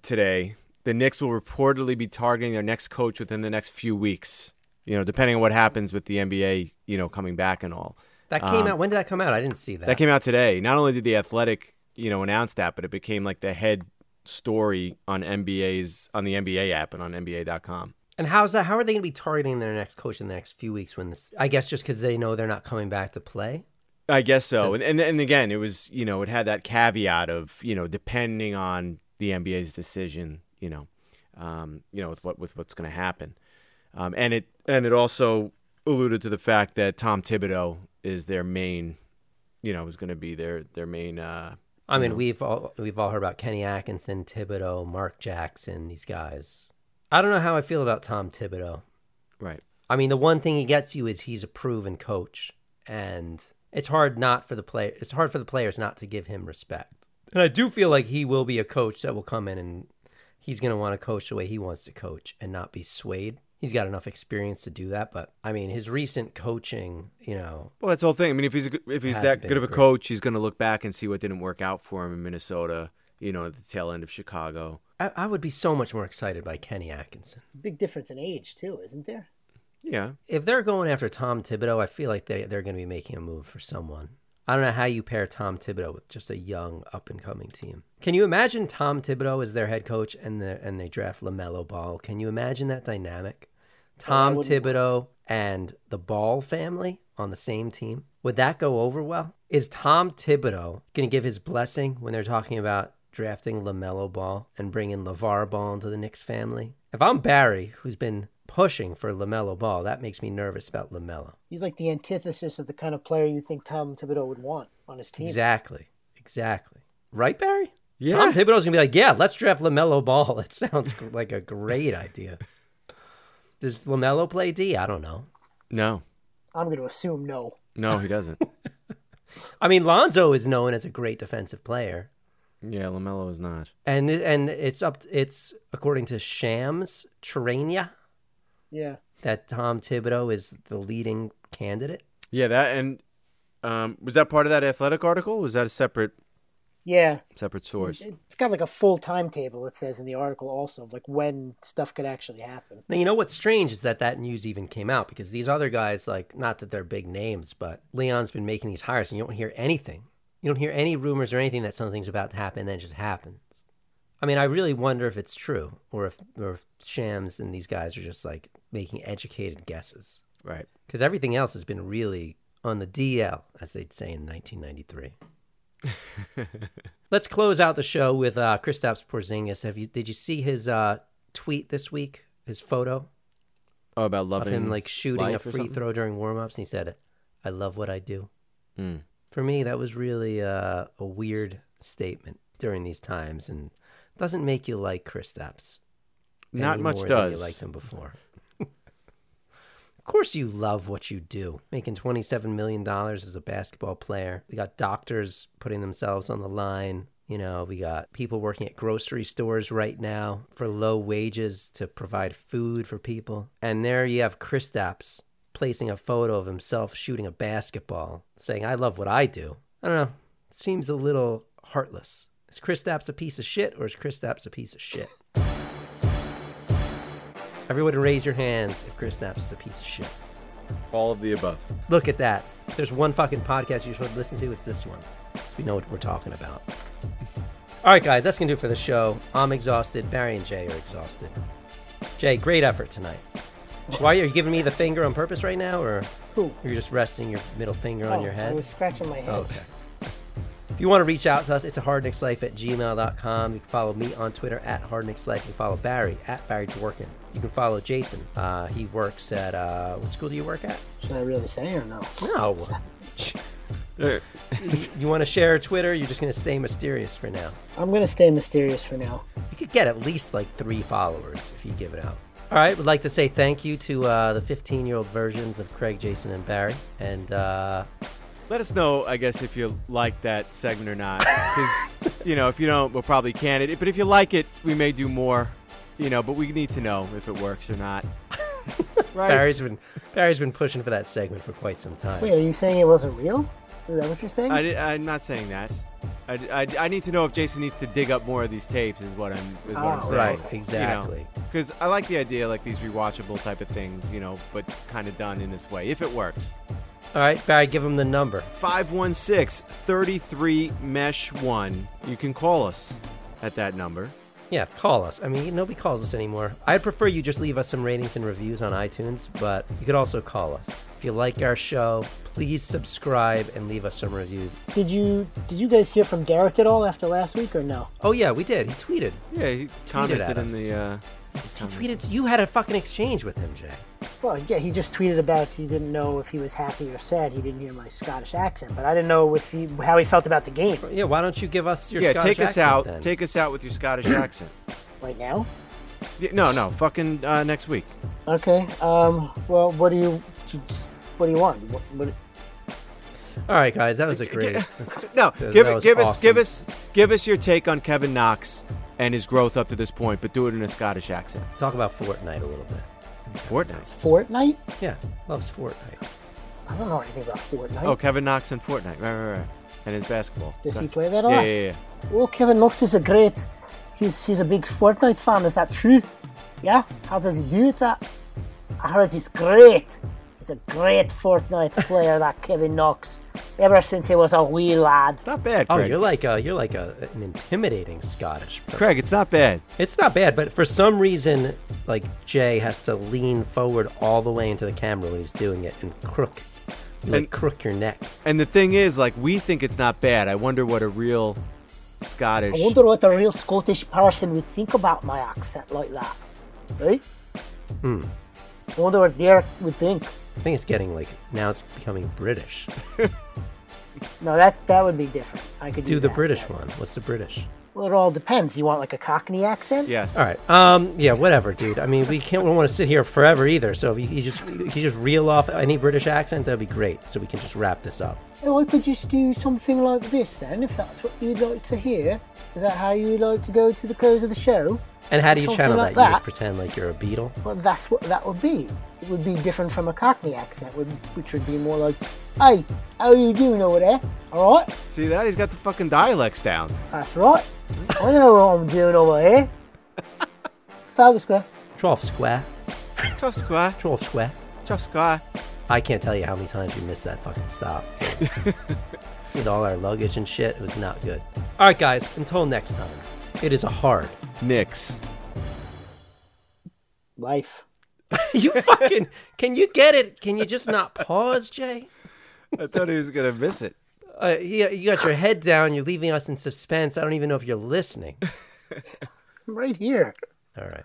Speaker 4: today, the Knicks will reportedly be targeting their next coach within the next few weeks. You know, depending on what happens with the NBA, you know, coming back and all.
Speaker 3: that came
Speaker 4: Um,
Speaker 3: out. When did that come out? I didn't see that.
Speaker 4: That came out today. Not only did The Athletic, you know, announce that, but it became like the head story on NBA's on the NBA app and on NBA.com.
Speaker 3: and how's that? How are they going to be targeting their next coach in the next few weeks? When this, I guess, just because they know they're not coming back to play.
Speaker 4: I guess so. and, and and again, it was you know it had that caveat of you know depending on the NBA's decision, you know, um, you know with what with what's going to happen, um, and it and it also alluded to the fact that Tom Thibodeau is their main, you know, is going to be their their main. Uh,
Speaker 3: I mean, we've all we've all heard about Kenny Atkinson, Thibodeau, Mark Jackson, these guys. I don't know how I feel about Tom Thibodeau.
Speaker 4: right.
Speaker 3: I mean, the one thing he gets you is he's a proven coach, and it's hard not for the player. It's hard for the players not to give him respect. And I do feel like he will be a coach that will come in and he's going to want to coach the way he wants to coach and not be swayed. He's got enough experience to do that, but I mean, his recent coaching, you know,
Speaker 4: Well, that's the whole thing. I mean, if he's a good- if he's
Speaker 3: Hasn't
Speaker 4: that
Speaker 3: been
Speaker 4: good of a
Speaker 3: great.
Speaker 4: coach, he's going to look back and see what didn't work out for him in Minnesota. You know, at the tail end of Chicago.
Speaker 3: I, I would be so much more excited by Kenny Atkinson.
Speaker 5: Big difference in age too, isn't there?
Speaker 4: Yeah.
Speaker 3: If they're going after Tom Thibodeau, I feel like they they're going to be making a move for someone. I don't know how you pair Tom Thibodeau with just a young up and coming team. Can you imagine Tom Thibodeau as their head coach and the, and they draft LaMelo Ball? Can you imagine that dynamic? Tom Thibodeau and the Ball family on the same team? Would that go over well? Is Tom Thibodeau going to give his blessing when they're talking about drafting LaMelo Ball and bringing LeVar Ball into the Knicks family? If I'm Barry, who's been pushing for LaMelo Ball, that makes me nervous about LaMelo.
Speaker 5: He's like the antithesis of the kind of player you think Tom Thibodeau would want on his team.
Speaker 3: Exactly. Exactly. Right, Barry?
Speaker 4: Yeah.
Speaker 3: Tom Thibodeau's gonna be like, yeah, let's draft Lamelo Ball. That sounds gr- like a great idea. Does Lamelo play D? I don't know.
Speaker 4: No,
Speaker 5: I'm going to assume no.
Speaker 4: no, he doesn't.
Speaker 3: I mean, Lonzo is known as a great defensive player,
Speaker 4: yeah, Lamelo is not.
Speaker 3: and and it's up. It's according to Shams Charania
Speaker 5: Yeah.
Speaker 3: that Tom Thibodeau is the leading candidate.
Speaker 4: Yeah, that and um, was that part of that athletic article? Was that a separate
Speaker 5: Yeah.
Speaker 4: separate source?
Speaker 5: It's got like a full timetable, it says in the article also, of like when stuff could actually happen.
Speaker 3: Now, you know what's strange is that that news even came out because these other guys, like, not that they're big names, but Leon's been making these hires and you don't hear anything. You don't hear any rumors or anything that something's about to happen, then it just happens. I mean, I really wonder if it's true or if, or if Shams and these guys are just like making educated guesses
Speaker 4: Right.
Speaker 3: because everything else has been really on the DL, as they'd say in 1993. Let's close out the show with uh, Kristaps Porzingis. Have you did you see his uh, tweet this week? His photo
Speaker 4: Oh, about
Speaker 3: of
Speaker 4: loving
Speaker 3: him like shooting a
Speaker 4: life or
Speaker 3: free
Speaker 4: something?
Speaker 3: throw during warm-ups, and he said, "I love what I do."
Speaker 4: Mm.
Speaker 3: For me, that was really uh, a weird statement during these times, and doesn't make you like Kristaps.
Speaker 4: Not
Speaker 3: any
Speaker 4: much
Speaker 3: more than
Speaker 4: does.
Speaker 3: you liked him before. of course, you love what you do. Making twenty-seven million dollars as a basketball player. We got doctors putting themselves on the line. You know, we got people working at grocery stores right now for low wages to provide food for people. And there you have Kristaps placing a photo of himself shooting a basketball, saying, "I love what I do." I don't know. It seems a little heartless. Is Kristaps a piece of shit, or is Kristaps a piece of shit? Everyone raise your hands if Chris Knapp's a piece of shit.
Speaker 4: All of the above.
Speaker 3: Look at that. If there's one fucking podcast you should listen to, it's this one. We know what we're talking about. All right, guys, that's going to do it for the show. I'm exhausted. Barry and Jay are exhausted. Jay, great effort tonight. Why are you giving me the finger on purpose right now, or
Speaker 5: Who?
Speaker 3: you're just resting your middle finger on
Speaker 5: Oh,
Speaker 3: your
Speaker 5: I
Speaker 3: head?
Speaker 5: was scratching my head.
Speaker 4: Oh.
Speaker 3: Okay. If you want to reach out to us, it's a hardnickslife at gmail.com. You can follow me on Twitter at hardnickslife. You can follow Barry at Barry Dworkin. You can follow Jason. Uh, he works at, uh, what school do you work at?
Speaker 5: Should I really say or no?
Speaker 3: No. you want to share Twitter? You're just going to stay mysterious for now.
Speaker 5: I'm going to stay mysterious for now.
Speaker 3: You could get at least like three followers if you give it out. All right, would like to say thank you to uh, the 15 year old versions of Craig, Jason, and Barry. And uh,
Speaker 4: Let us know, I guess, if you like that segment or not. Because, you know, if you don't, we'll probably can it. But if you like it, we may do more, you know, but we need to know if it works or not. right.
Speaker 3: Barry's been Barry's been pushing for that segment for quite some time.
Speaker 5: Wait, are you saying it wasn't real? Is that what you're saying?
Speaker 4: I, am not saying that. I, I- I need to know if Jason needs to dig up more of these tapes, is what I'm, is what I'm
Speaker 5: Oh,
Speaker 4: saying.
Speaker 3: Right, exactly.
Speaker 4: Because I like the idea, like these rewatchable type of things, you know, but kind of done in this way, if it works.
Speaker 3: All right, Barry, give him the number.
Speaker 4: 516 33 Mesh 1. You can call us at that number.
Speaker 3: Yeah, call us. I mean, nobody calls us anymore. I'd prefer you just leave us some ratings and reviews on iTunes, but you could also call us. If you like our show, please subscribe and leave us some reviews.
Speaker 5: Did you did you guys hear from Derek at all after last week or no?
Speaker 3: Oh yeah, we did. He tweeted.
Speaker 4: Yeah, he commented
Speaker 3: at
Speaker 4: in
Speaker 3: us.
Speaker 4: the. Uh,
Speaker 3: He tweeted. You had a fucking exchange with him, Jay.
Speaker 5: Well, yeah, he just tweeted about if he didn't know if he was happy or sad. He didn't hear my Scottish accent, but I didn't know if he, how he felt about the game
Speaker 3: Yeah, why don't you give us your
Speaker 4: yeah,
Speaker 3: Scottish
Speaker 4: take us
Speaker 3: accent
Speaker 4: out.
Speaker 3: then?
Speaker 4: Take us out with your Scottish accent.
Speaker 5: right now.
Speaker 4: Yeah, no, no, fucking uh, next week.
Speaker 5: Okay. Um. Well, what do you what do you want? What, what,
Speaker 3: All right, guys, that was a great.
Speaker 4: No,
Speaker 3: That-
Speaker 4: give
Speaker 3: that
Speaker 4: it,
Speaker 3: was
Speaker 4: give us, give us,
Speaker 3: awesome.
Speaker 4: give us your take on Kevin Knox and his growth up to this point, but do it in a Scottish accent.
Speaker 3: Talk about Fortnite a little bit.
Speaker 4: Fortnite.
Speaker 5: Fortnite?
Speaker 3: Yeah, loves Fortnite.
Speaker 5: I don't know anything about Fortnite.
Speaker 4: Oh, Kevin Knox and Fortnite. Right, right, right. And his basketball.
Speaker 5: Does he
Speaker 4: Gotcha.
Speaker 5: play that a
Speaker 4: Yeah,
Speaker 5: lot?
Speaker 4: yeah, yeah.
Speaker 5: Oh, Kevin Knox is a great. He's he's a big Fortnite fan. Is that true? Yeah. How does he do that? I heard he's great. He's a great Fortnite player. that Kevin Knox. ever since he was a wee lad.
Speaker 4: It's not bad,
Speaker 3: Oh,
Speaker 4: Craig.
Speaker 3: you're like a you're like a, an intimidating Scottish. Person.
Speaker 4: Craig, it's not bad.
Speaker 3: It's not bad, but for some reason, like Jay has to lean forward all the way into the camera when he's doing it and crook, you, like
Speaker 4: And-
Speaker 3: crook your neck.
Speaker 4: And the thing is, like, we think it's not bad. I wonder what a real Scottish.
Speaker 5: I wonder what a real Scottish person would think about my accent like that, right? Hmm. I wonder what Derek would think.
Speaker 3: I think it's getting like now it's becoming British.
Speaker 5: No, that that would be different. I could do,
Speaker 3: Do the
Speaker 5: that.
Speaker 3: British one. What's the British?
Speaker 5: Well, it all depends. You want like a Cockney accent?
Speaker 4: Yes.
Speaker 3: All right. Um. Yeah. Whatever, dude. I mean, we can't. We don't want to sit here forever either. So if you, you just if you just reel off any British accent, that'd be great. So we can just wrap this up.
Speaker 5: Oh, I could just do something like this then, if that's what you'd like to hear. Is that how you like to go to the close of the show?
Speaker 3: And how do you
Speaker 5: Something
Speaker 3: channel
Speaker 5: like
Speaker 3: that? You just
Speaker 5: that.
Speaker 3: pretend like you're a beetle.
Speaker 5: Well, that's what that would be. It would be different from a Cockney accent, would- which would be more like, "Hey, how you doing over there? All right,
Speaker 4: See that? He's got the fucking dialects down.
Speaker 5: that's right. I know what I'm doing over here." Fago Square.
Speaker 3: Twelve square.
Speaker 4: Tough squat.
Speaker 3: Twelve square.
Speaker 4: Tough squat.
Speaker 3: I can't tell you how many times you missed that fucking stop. dude. With all our luggage and shit, it was not good. All right, guys. Until next time, it is a hard.
Speaker 4: Nix.
Speaker 5: Life.
Speaker 3: you fucking. Can you get it? Can you just not pause, Jay?
Speaker 4: I thought he was gonna miss it.
Speaker 3: Uh, you, you got your head down. You're leaving us in suspense. I don't even know if you're listening.
Speaker 5: I'm right here.
Speaker 3: All right.